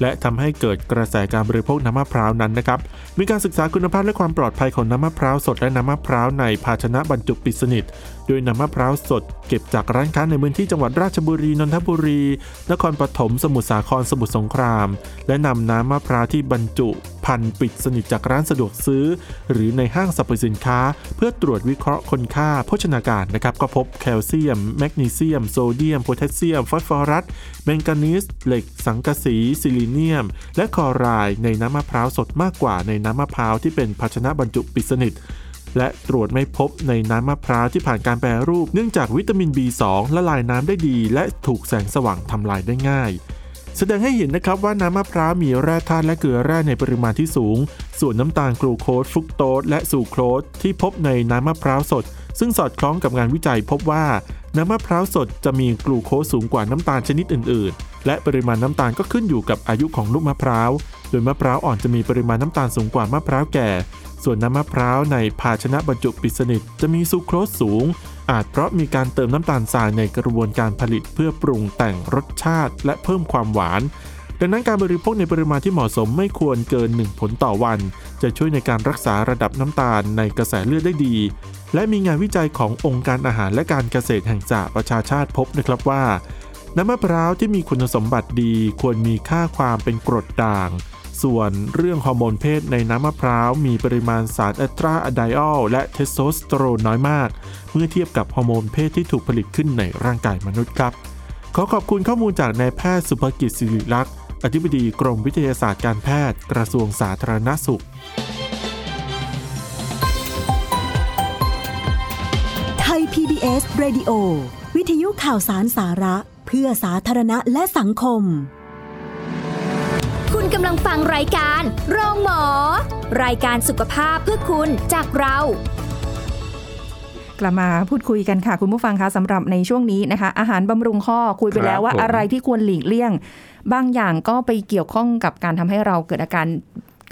S5: และทำให้เกิดกระแสการบริโภคน้ำมะพร้าวนั้นนะครับ มีการศึกษาคุณภาพและความปลอดภัยของน้ำมะพร้าวสดและน้ำมะพร้าวในภาชนะบรรจุปิดสนิทโดยน้ำมะพร้าวสดเก็บจากร้านค้าในพื้นที่จังหวัดราชบุรีนนทบุรี นครปฐมสมุทรสาครสมุทรสงคราม และนำน้ำมะพร้าวที่บรรจุพันธุ์ปิดสนิทจากร้านสะดวกซื้อ หรือในห้างสรรพสินค้า เพื่อตรวจวิเคราะห์คนค่าโภชนาการนะครับก็พบแคลเซียม แมกนีเซียม โซเดียม โพแทสเซียม ฟอสฟอรัส แมงกานีสเหล็ก สังกะสี ซิลิเนียม และคลอไรด์ในน้ำมะพร้าวสดมากกว่าในน้ำมะพร้าวที่เป็นภาชนะบรรจุปิดสนิท และตรวจไม่พบในน้ำมะพร้าวที่ผ่านการแปรรูป เนื่องจากวิตามิน B2 ละลายน้ำได้ดี และถูกแสงสว่างทำลายได้ง่าย แสดงให้เห็นนะครับว่าน้ำมะพร้าวมีแร่ธาตุและเกลือแร่ในปริมาณที่สูง ส่วนน้ำตาลกลูโคสฟรุกโตสและสูโครสที่พบในน้ำมะพร้าวสด ซึ่งสอดคล้องกับงานวิจัยพบว่า น้ำมะพร้าวสดจะมีกลูโคสสูงกว่าน้ำตาลชนิดอื่น ๆ และปริมาณน้ำตาลก็ขึ้นอยู่กับอายุของลูกมะพร้าว โดยมะพร้าวอ่อนจะมีปริมาณน้ำตาลสูงกว่ามะพร้าวแก่ ส่วนน้ำมะพร้าวในภาชนะบรรจุปิดสนิทจะมีซูโครสสูง อาจเพราะมีการเติมน้ำตาลทรายในกระบวนการผลิตเพื่อปรุงแต่งรสชาติและเพิ่มความหวาน ดังนั้นการบริโภคในปริมาณที่เหมาะสมไม่ควรเกิน 1 ผลต่อวัน จะช่วยในการรักษาระดับน้ำตาลในกระแสเลือดได้ดี และมีงานวิจัยขององค์การอาหารและการเกษตรแห่งสหประชาชาติพบนะครับว่า น้ำมะพร้าวที่มีคุณสมบัติดีควรมีค่าความเป็นกรดด่าง ส่วนเรื่องฮอร์โมนเพศในน้ำมะพร้าวมีปริมาณสารอัตราอะไดออลและเทสโทสเตอโรนน้อยมาก เมื่อเทียบกับฮอร์โมนเพศที่ถูกผลิตขึ้นในร่างกายมนุษย์ครับ ขอขอบคุณข้อมูลจากนายแพทย์สุภกิจสิริลักษณ์อธิบดีกรมวิทยาศาสตร์การแพทย์ กระทรวงสาธารณสุข
S6: ไทย PBS Radio วิทยุข่าวสารสาระ เพื่อสาธารณะและสังคม
S1: คุณกำลังฟังรายการโรงหมอ รายการสุขภาพเพื่อคุณจากเรา
S2: กลับมาพูดคุยกันค่ะ คุณผู้ฟังคะสำหรับในช่วงนี้นะคะ อาหารบำรุงข้อคุยไป
S3: ครับ
S2: แล้วว่า
S3: ผม
S2: อะไรที่ควรหลีกเลี่ยง บางอย่างก็ไปเกี่ยวข้องกับการทำให้เราเกิดอาการ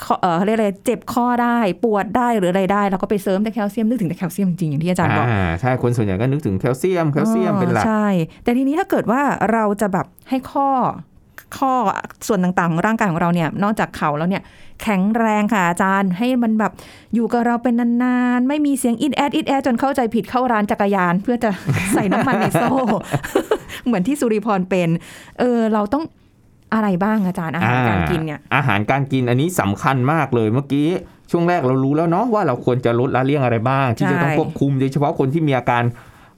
S2: ข้อเออเขาเรียกอะไรเจ็บข้อได้ปวดได้หรืออะไรได้ แล้วก็ไปเสริมแต่แคลเซียมนึกถึงแต่แคลเซียมจริงๆอย่างที่อาจารย์บอก
S3: อ่าใช่คนส่วนใหญ่ก็นึกถึงแคลเซียมแคลเซียมเป็นหลัก
S2: อ๋อใช่ แต่ทีนี้ถ้าเกิดว่าเราจะแบบให้ข้อข้อส่วนต่างๆของร่างกายของเราเนี่ย นอกจากเข่าแล้วเนี่ย แข็งแรงค่ะอาจารย์ให้มันแบบอยู่กับเราเป็นนานๆ ไม่มีเสียงอิดแอดอิดแอดจนเข้าใจผิดเข้าร้านจักรยาน เพื่อจะ ใส่น้ำมันในโซ่ เหมือนที่สุริพรเป็น เออ เราต้องอะไรบ้างอาจารย์อาหารการกินเนี่ย
S3: อาหารการกินอันนี้สำคัญมากเลยเมื่อกี้ ช่วงแรกเรารู้แล้วเนาะว่าเราควรจะลดละเลี่ยงอะไรบ้าง ที่จะต้อง
S2: ใช่
S3: ควบคุมโดยเฉพาะคนที่มีอาการ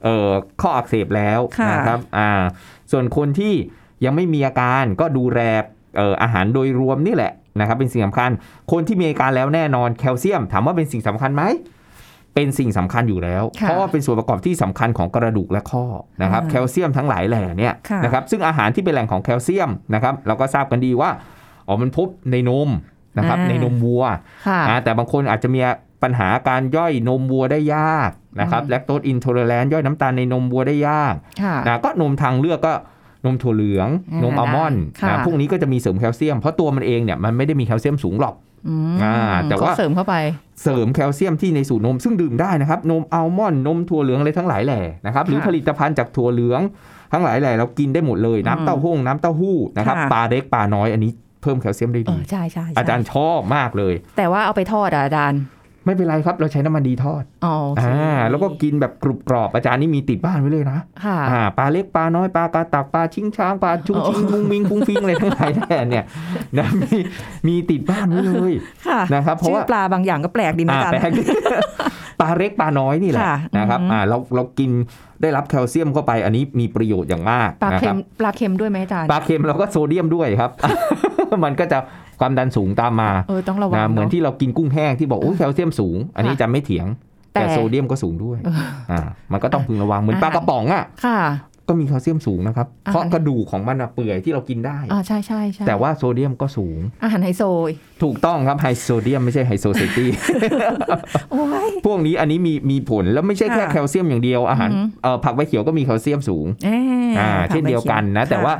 S3: เอ่อข้ออักเสบแล้ว
S2: ค่ะ
S3: นะครับอ่าส่วนคนที่ยังไม่มีอาการก็ดูแลเอ่ออาหารโดยรวมนี่แหละนะครับเป็นสิ่งสำคัญ คนที่มีอาการแล้วแน่นอนแคลเซียม ถามว่าเป็นสิ่งสำคัญไหม เป็นสิ่งสำคัญอยู่แล้ว
S4: ค่ะ
S3: เพราะว่าเป็นส่วนประกอบที่สำคัญของกระดูกและข้อนะครับ
S2: อ่า
S3: แคลเซียมทั้งหลายแหล่เนี่ย
S2: ค่ะ
S3: นะครับซึ่งอาหารที่เป็นแหล่งของแคลเซียมนะครับ เราก็ทราบกันดีว่าอ๋อมันพบในนมนะครับ
S4: อ่า
S3: ในนมวัว
S4: ค่ะ
S3: อ่าแต่บางคนอาจจะมีปัญหาการย่อยนมวัวได้ยากนะครับ
S4: อืม
S3: แลคโตสอินโทรแลนย่อยน้ำตาลในนมวัวได้ยาก
S4: ค่ะ
S3: นะก็นมทางเลือกก็นมถั่วเหลือง
S4: อ่าน
S3: มอัลมอนด์
S4: ได้ค่ะ
S3: นะพวกนี้ก็จะมีเสริมแคลเซียม เพราะตัวมันเองเนี่ยมันไม่ได้มีแคลเซียมสูงหรอก
S4: อืม
S3: อ่าแต่ว่า
S4: เขเสริมเข้าไป
S3: เสริมแคลเซียมที่ในสูตรนมซึ่งดื่มได้นะครับ นมอัลมอนด์นมถั่วเหลืองอะไรทั้งหลายแหล่นะครับหรือ
S4: ค่ะ
S3: ผลิตภัณฑ์จากถั่วเหลืองทั้งหลายแหล่เรากินได้หมดเลย
S4: อืม
S3: น้ำเต้าหู้น้ำเต้าหู้นะครับ
S2: ค่ะ
S3: ปลาเล็กปลาน้อยอันนี้เพิ่มแคลเซียมได้
S4: เอ
S3: ดี
S4: อใช่ใช่ใช่
S3: อาจารย์ชอบมากเลย
S4: แต่ว่าเอาไปทอดอ่ะอาจารย์
S3: ไม่เป็นไรครับเราใช้น้ำมันดีทอด
S4: อ๋อโอเค
S3: อ่าแล้วก็กินแบบกรุบกรอบอาจารย์นี่มีติดบ้านไว้เลยนะ
S4: ค่ะ
S3: อ่าปลาเล็กปลาน้อยปลากระตักปลาชิงช้างปลาชุงชิงมุงมิงฟุ้งฟิงอะไรทั้งหลายแหล่เนี่ยนะมีมีติดบ้านไว้เลย
S2: ค่ะ
S3: นะครับเพราะ
S2: ชื่อ
S3: ว่า
S2: ปลาบางอย่างก็แปลกดีนะ
S3: อ่า
S2: อาจาร
S3: แปล
S2: ย์
S3: ก [LAUGHS] ปลาเล็กปลาน้อยนี่แหละ
S2: ค่ะ
S3: นะครับ
S2: อืม
S3: อ่าเราเรากินได้รับแคลเซียมเข้าไปอันนี้มีประโยชน์อย่างมาก
S4: ปลา
S3: นะ
S4: เค็
S3: รั
S4: ม
S3: บ
S4: ปลาเค็มด้วยไหมอาจารย์
S3: ปลาเค็มเราก็โซเดียมด้วยครับ [LAUGHS] มันก็จะความดันสูงตามมา
S4: เออต้องระวัง
S3: นะเหมือน
S4: เนอะ
S3: ที่เรากินกุ้งแห้งที่บอกโอ้ยแคลเซียมสูง อันนี้
S4: ค่ะ
S3: จะไม่เถียง แต่
S4: แต่
S3: โซเดียมก็สูงด้วย อ่ามันก็ต้องพึงระวังเหมือน
S4: อาหาร
S3: ปลากระป๋องอ่ะ
S4: ค่ะ
S3: ก็มีแคลเซียมสูงนะครับ
S4: อาหาร
S3: เพราะกระดูกของมันอะเปื่อยที่เรากินได้
S4: อ่าใช่ใช่ใช่
S3: แต่ว่าโซเดียมก็สูง
S4: อาหารไฮโซย
S3: ถูกต้องครับไฮโซเดียมไม่ใช่ไฮโซเซตี้
S4: โอ้ย
S3: พวกนี้อันนี้มีมีผลแล้วไม่ใช่แค่
S2: ค่ะ
S3: แคลเซียมอย่างเดียวอาหาร
S4: อือหือ
S3: เอ่อผักใบเขียวก็มีแคลเซียมสูง
S2: แหม
S3: อ่าเช่นเดียวกันนะ
S2: ค่ะ
S3: แต่ว่า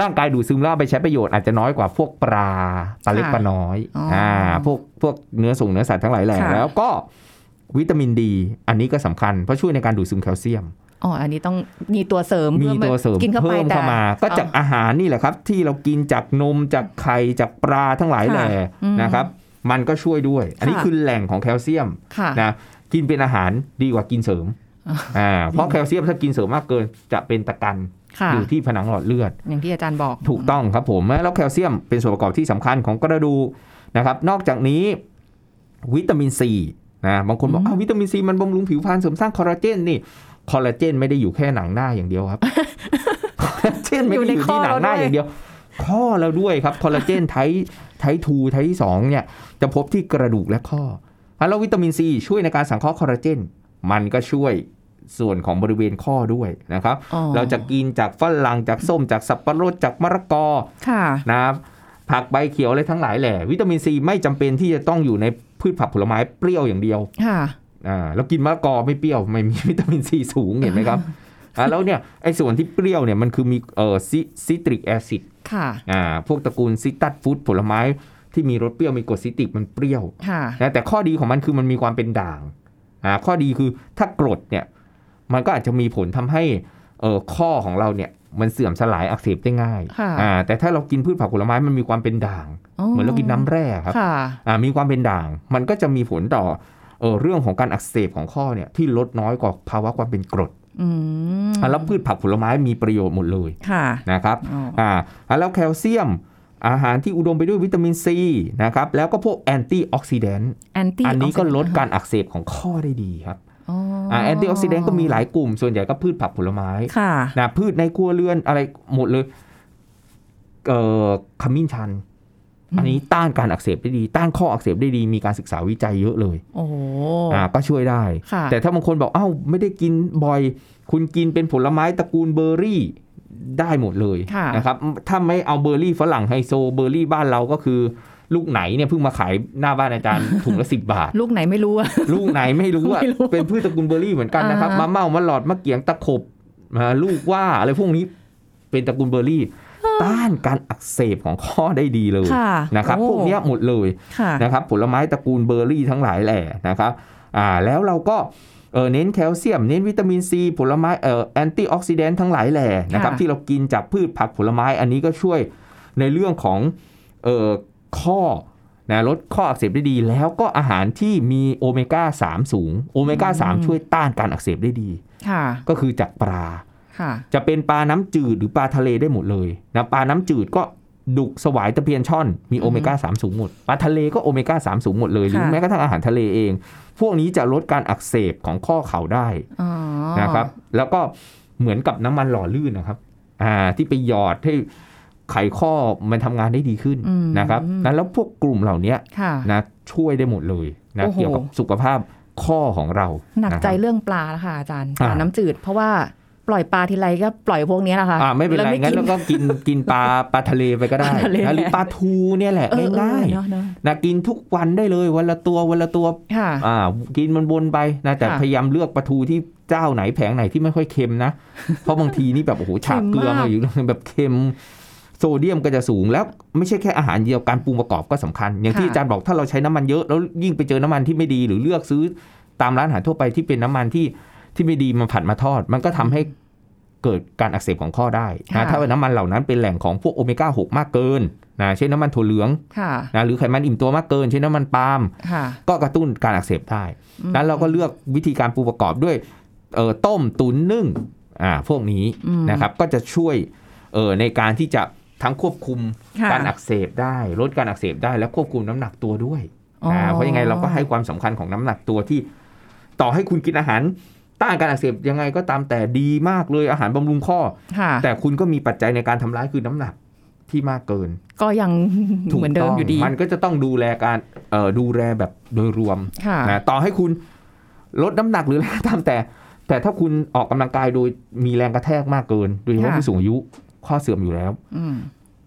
S3: ร่างกายดูดซึมแล้วเอาไปใช้ประโยชน์อาจจะน้อยกว่าพวกปลาปลาเล็ก
S4: ค่ะ
S3: ปลาน้อย
S4: อ๋ออ่
S3: ่าพวกพวกเนื้อสูงเนื้อสัตว์ทั้งหลายแหล่
S2: ค่ะ
S3: แล้วก็วิตามินดี อันนี้ก็สำคัญเพราะช่วยในการดูดซึมแคลเซียม
S4: อ๋ออันนี้ต้องมีตัวเสริม
S3: มีตัวเสริม
S4: กินเข้าไป
S3: เพิ่ม
S4: แต่
S3: เข้ามา ก็จาก
S4: อ๋อ
S3: อาหารนี่แหละครับ ที่เรากินจากนมจากไข่จากปลาทั้งหลายแหล่
S4: ค่ะอืม
S3: นะครับ มันก็ช่วยด้วย อันนี้
S4: ค่ะ
S3: คือแหล่งของแคลเซียม
S4: ค่ะ
S3: นะกินเป็นอาหารดีกว่ากินเสริมอ่าเพราะแคลเซียมถ้ากินเสริมมากเกินจะเป็นตะกัน
S4: ค่ะ
S3: อยู่ที่ผนังหลอดเลือด
S4: อย่างที่อาจารย์บอก
S3: ถูกต้องครับผมแล้วแคลเซียมเป็นส่วนประกอบที่สำคัญของกระดูกนะครับ นอกจากนี้วิตามินซีนะบางคนบอก
S4: อืม
S3: อ้าววิตามินซีมันบำรุงผิวพรรณเสริมสร้างคอลลาเจนนี่คอลลาเจนไม่ได้อยู่แค่หนังหน้าอย่างเดียว [LAUGHS] ครับคอลลาเจนไม่ได้อยู่ที่หนังหน้าอย่างเดียว ข้อเราด้วยครับคอลลาเจนไทป์ไทป์ทูไทป์สองเนี่ยจะพบที่กระดูกและข้อแล้ววิตามินซีช่วยในการสังเคราะห์คอลลาเจนมันก็ช่วยส่วนของบริเวณข้อด้วยนะครับ
S4: อ๋อ
S3: เราจะกินจากฝรั่งจากส้มจากสับปะรดจากมะละกอ
S4: ค่ะ
S3: นะครับผักใบเขียวอะไรทั้งหลายแหล่วิตามินซีไม่จำเป็นที่จะต้องอยู่ในพืชผักผลไม้เปรี้ยวอย่างเดียว
S4: ค่ะ
S3: อ่าแล้วกินมะละกอไม่เปรี้ยวไม่มี [LAUGHS] วิตามินซีสูงเห็นไหมครับอ่าแล้วเนี่ยไอ้ส่วนที่เปรี้ยวเนี่ยมันคือมีเอ่อซิตริกแอซิด
S4: ค่ะ
S3: อ่าพวกตระกูลซิตัสฟูดผลไม้ที่มีรสเปรี้ยวมีกรดซิตริกมันเปรี้ยว
S4: ค่ะ
S3: นะแต่ข้อดีของมันคือมันมีความเป็นด่างอ่าข้อดีคือถ้ากรดเนี่ยมันก็อาจจะมีผลทำให้เอ่อข้อของเราเนี่ยมันเสื่อมสลายอักเสบได้ง่าย
S4: ค่ะ
S3: อ่าแต่ถ้าเรากินพืชผักผลไม้มันมีความเป็นด่าง เหมือนเรากินน้ำแร่ครับ
S4: ค่ะ
S3: อ่ามีความเป็นด่าง มันก็จะมีผลต่อเอ่อเรื่องของการอักเสบของข้อเนี่ยที่ลดน้อยกว่าภาวะความเป็นกรด
S4: อืม
S3: อ่ะแล้วพืชผักผลไม้มีประโยชน์หมดเลย
S2: ค่ะ
S3: นะครับ
S4: อ๋อ
S3: อ่าแล้วแคลเซียม อาหารที่อุดมไปด้วยวิตามินซีนะครับแล้วก็พวกแอนตี้ออกซิแดนต์
S2: แอนตี้
S3: อันนี้ก็ลด
S2: กัน
S3: การอักเสบของข้อได้ดีครับ
S4: อ๋อ
S3: อ่าแอนตี้ออกซิแดนต์ก็มีหลายกลุ่ม ส่วนใหญ่ก็พืชผักผลไม้
S2: ค่ะ
S3: นะพืชในครัวเรือนอะไรหมดเลย เอ่อขมิ้นชัน อันนี้ต้านการอักเสบได้ดี ต้านข้ออักเสบได้ดี มีการศึกษาวิจัยเยอะเลย
S4: โอ้โห
S3: อ่าก็ช่วยได้
S4: ค่ะ
S3: แต่ถ้าบางคนบอกเอ้าไม่ได้กินบ่อย คุณกินเป็นผลไม้ตระกูลเบอร์รี่ได้หมดเลย
S4: ค่ะ
S3: นะครับ ถ้าไม่เอาเบอร์รี่ฝรั่งไฮโซเบอร์รี่บ้านเราก็คือ ลูกไหนเนี่ยเพิ่งมาขายหน้าบ้านอาจารย์ถุงละสิบบาท
S4: ลูกไหนไม่รู้อะ
S3: ลูกไหนไม่รู้อ่ะ
S4: ไม่รู้
S3: เป็นพืชตระกูลเบอร์รี่เหมือนกันนะครับ
S4: อ่าฮะ
S3: มะเม่ามะหลอดมะเกียงตะขบอ่าลูกว่าอะไรพวกนี้เป็นตระกูลเบอร์รี่ ต้านการอักเสบของข้อได้ดีเลย
S2: ค่ะ
S3: นะครับ
S2: โอ้
S3: พวกเนี้ยหมดเลย
S2: ค่ะ
S3: นะครับ ผลไม้ตระกูลเบอร์รี่ทั้งหลายแหล่นะครับอ่าแล้วเราก็เออเน้นแคลเซียม เน้นวิตามินซีผลไม้เอ่อแอนตี้ออกซิแดนต์ทั้งหลายแหล่นะครับ ที่เรากินจากพืชผักผลไม้อันนี้ก็ช่วยในเรื่องของเอ่อข้อ นะลดข้ออักเสบได้ดี แล้วก็อาหารที่มีโอเมก้า 3 สูง โอเมก้า 3 ช่วยต้านการอักเสบได้ดี
S4: ค่ะ
S3: ก็คือจากปลา
S4: ค่ะ
S3: จะเป็นปลาน้ำจืดหรือปลาทะเลได้หมดเลยนะปลาน้ำจืดก็ ดุกสวายตะเพียนช่อน มีโอเมก้า3สูงหมดปลาทะเลก็โอเมก้า3สูงหมดเลย หรือ
S7: ค่ะ
S3: แม้กระทั่งอาหารทะเลเอง พวกนี้จะลดการอักเสบของข้อเข่าได้
S2: อ๋อ
S3: นะครับแล้วก็เหมือนกับน้ำมันหล่อลื่นนะครับอ่าที่ไปหยอดให้ไขข้อมันทำงานได้ดีขึ้น
S2: อืม
S3: นะครับนั้นแล้วพวกกลุ่มเหล่าเนี้ย
S2: ค่ะ
S3: นะช่วยได้หมดเลยนะ
S2: โอ้โห
S3: เกี่ยวกับสุขภาพข้อของเรา
S2: หนักใจ
S3: ะครับ
S2: เรื่องปลาแล้วค่ะอาจารย์ปลา
S3: อ่า
S2: น้ำจืด เพราะว่าปล่อยปลาทีไรก็ปล่อยพวกเนี้ยแหละค่ะ
S3: อ่าไม่เป็นไร
S2: แล้ว
S3: งั้น
S2: กิ
S3: เราก็กิน [LAUGHS] กินปลาปลาทะเลไปก็ได้
S2: ปลาทะเล
S3: นะหรือปลาทูเนี่ยแหละ
S2: เออเอ
S3: ง่า
S2: อย เนาะเนาะ
S3: ๆนะกินทุกวันได้เลยวันละตัววันละตัว
S2: ค่ะ
S3: อ่ากินมันบนไปนะแต่
S2: ค่ะ
S3: พยายามเลือกปลาทูที่เจ้าไหนแผงไหนที่ไม่ค่อยเค็มนะ เพราะบางทีนี่แบบโอ้โหฉาบเกลือมาอยู่ แบบเค็มโซเดียมก็จะสูงแล้วไม่ใช่แค่อาหารเดียวการปรุงประกอบก็สำคัญ อย่างที่
S2: ค่ะ
S3: อาจารย์บอกถ้าเราใช้น้ำมันเยอะแล้วยิ่งไปเจอน้ำมันที่ไม่ดีหรือเลือกซื้อตามร้านอาหารทั่วไปที่เป็นน้ำมันที่ที่ไม่ดีมาผัดมาทอด มันก็ทำให้เกิดการอักเสบของข้อได้นะถ้าน้ำมันเหล่านั้นเป็นแหล่งของพวกโอเมก้า6มากเกินนะเช่นน้ำมันถั่วเหลือง
S2: ค่ะ
S3: นะหรือไขมันอิ่มตัวมากเกินเช่นน้ำมันปาล์ม
S2: ค่ะ
S3: ก็กระตุ้นการอักเสบได้นั้นเราก็เลือกวิธีการปรุงประกอบด้วยเอ่อต้มตุนนึ่งอ่าพวกนี้
S2: อืม
S3: นะครับ ก็จะช่วยเอ่อในการที่จะทั้งควบคุม
S2: ค่ะ
S3: การอักเสบได้ ลดการอักเสบได้และควบคุมน้ำหนักตัวด้วย
S2: อ๋ออ่
S3: าเพราะยังไงเราก็ให้ความสำคัญของน้ำหนักตัวที่ ต่อให้คุณกินอาหารต้านการอักเสบยังไงก็ตามแต่ดีมากเลยอาหารบำรุงข้อ
S2: ค่ะ
S3: แต่คุณก็มีปัจจัยในการทำร้ายคือน้ำหนักที่มากเกิน
S2: ก็ยัง
S3: ถูก
S2: เหมือนเดิม
S3: ต้ง
S2: อยู่ดี
S3: มันก็จะต้องดูแลการเอ่อดูแลแบบโดยรวม
S2: ค่ะ
S3: นะต่อให้คุณลดน้ำหนักหรืออะไรก็ตามแต่ แต่ถ้าคุณออกกำลังกายโดยมีแรงกระแทกมากเกิน โดยเฉพาะ
S2: ค่ะ
S3: ผู้สูงอายุข้อเสื่อมอยู่แล้ว
S2: อืม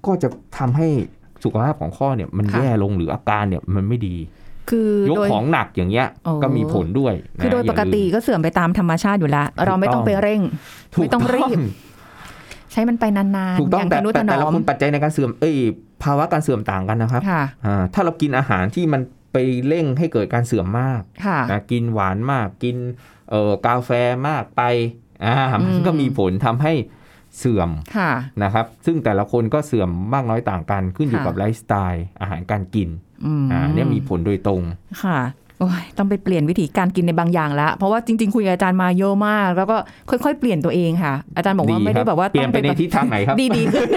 S3: ก็จะทำให้สุขภาพของข้อเนี่ยมัน
S2: ค่ะ
S3: แย่ลงหรืออาการเนี่ยมันไม่ดี
S2: คือย
S3: ก
S2: โดย
S3: ของหนักอย่างเงี้ย
S2: โอ้
S3: ก็มีผลด้วย
S2: คือโดย
S3: นะาลื
S2: ป
S3: ม
S2: กติก็เสื่อมไปตามธรรมชาติอยู่แล้ว เราไม่ต้อง
S3: ถูกต้อง
S2: ไปเร่ง
S3: ถูก
S2: ไม่ต้องรีบ ใช้มันไปนาน
S3: ถูก
S2: ๆ
S3: ต้อ
S2: อง ย่าง
S3: แต่
S2: ทนุ
S3: แต่
S2: ถน
S3: แต่ละ
S2: อม
S3: คนปัจจัยในการเสื่อมเอ้ยภาวะการเสื่อมต่างกันนะครับ
S2: ค่ะ
S3: อ่าถ้าเรากินอาหารที่มันไปเร่งให้เกิดการเสื่อมมาก
S2: ค่ะ
S3: นะกินหวานมากกินเอ่อกาแฟมากไปอ่า
S2: อืม
S3: มันก็มีผลทำให้เสื่อม
S2: ค่ะ
S3: นะครับ ซึ่งแต่ละคนก็เสื่อมมากน้อยต่างกันขึ้นอยู่
S2: ค่ะ
S3: กับไลฟ์สไตล์อาหารการกิน
S2: อืม
S3: อ่าเนี่ยมีผลโดยตรง
S2: ค่ะโอ้ยต้องไปเปลี่ยนวิธีการกินในบางอย่างแล้ว เพราะว่าจริง ๆ คุยกับอาจารย์มาเยอะมาก แล้วก็ค่อยๆ เปลี่ยนตัวเองค่ะ อาจารย์บอกว่า
S3: ดีครั
S2: ไม่
S3: บ
S2: ได้แบบว่า
S3: เปลี่ยนไป
S2: ต้อง
S3: ในทิศทางไหนครับ
S2: ดีดีขึ้น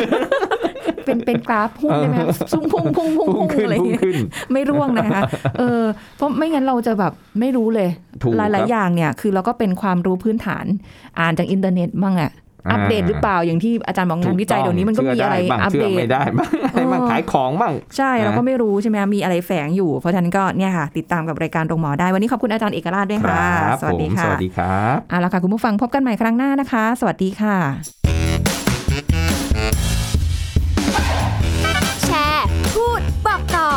S2: [LAUGHS] เป็นเป็นกราฟพุ่งได้ไหมคะซุ่งพุ่งพุ่งพุ่ง
S3: พุ่
S2: พุ่ง
S3: งขึ้น
S2: อะไรอย่าง
S3: พุ่ง
S2: เงี้ย
S3: ขึ้น
S2: ไม่ร่วงนะคะ เออ เพราะไม่งั้นเราจะแบบไม่รู้เลย
S3: ถูก
S2: ห
S3: ครั
S2: ลาย
S3: บ
S2: ๆอย่างเนี่ย คือเราก็เป็นความรู้พื้นฐาน อ่านจากอินเทอร์เน็ตบ้างอะอัปเดตหรือเปล่าอย่างที่อาจารย์บอกงานวิจัยเดี๋ยวนี้มันก็มีอะไร
S3: บ้าง
S2: อัป
S3: เชื่
S2: เด
S3: อ
S2: ต
S3: ไม่ได้บ้างอะไรบ้าง
S2: เออ
S3: ขายของบ้าง
S2: ใช่เราก็
S3: นะ
S2: ไม่รู้ใช่ไหมมีอะไรแฝงอยู่ เพราะฉะนั้นก็เนี่ยค่ะ ติดตามกับรายการโรงหมอได้ วันนี้ขอบคุณอาจารย์เอกราชด้วยค่ะ
S3: ครับ
S2: สวัสดี
S3: ผม
S2: ค่ะ
S3: สวัสดีครับ
S2: เอาละค่ะ คุณผู้ฟังพบกันใหม่ครั้งหน้านะคะ สวัสดีค่ะ
S1: แชร์ พูด บอกต่อ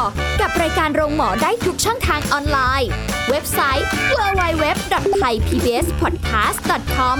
S1: กับรายการโรงหมอได้ทุกช่องทางออนไลน์ เว็บไซต์ www.thaipbspodcast.com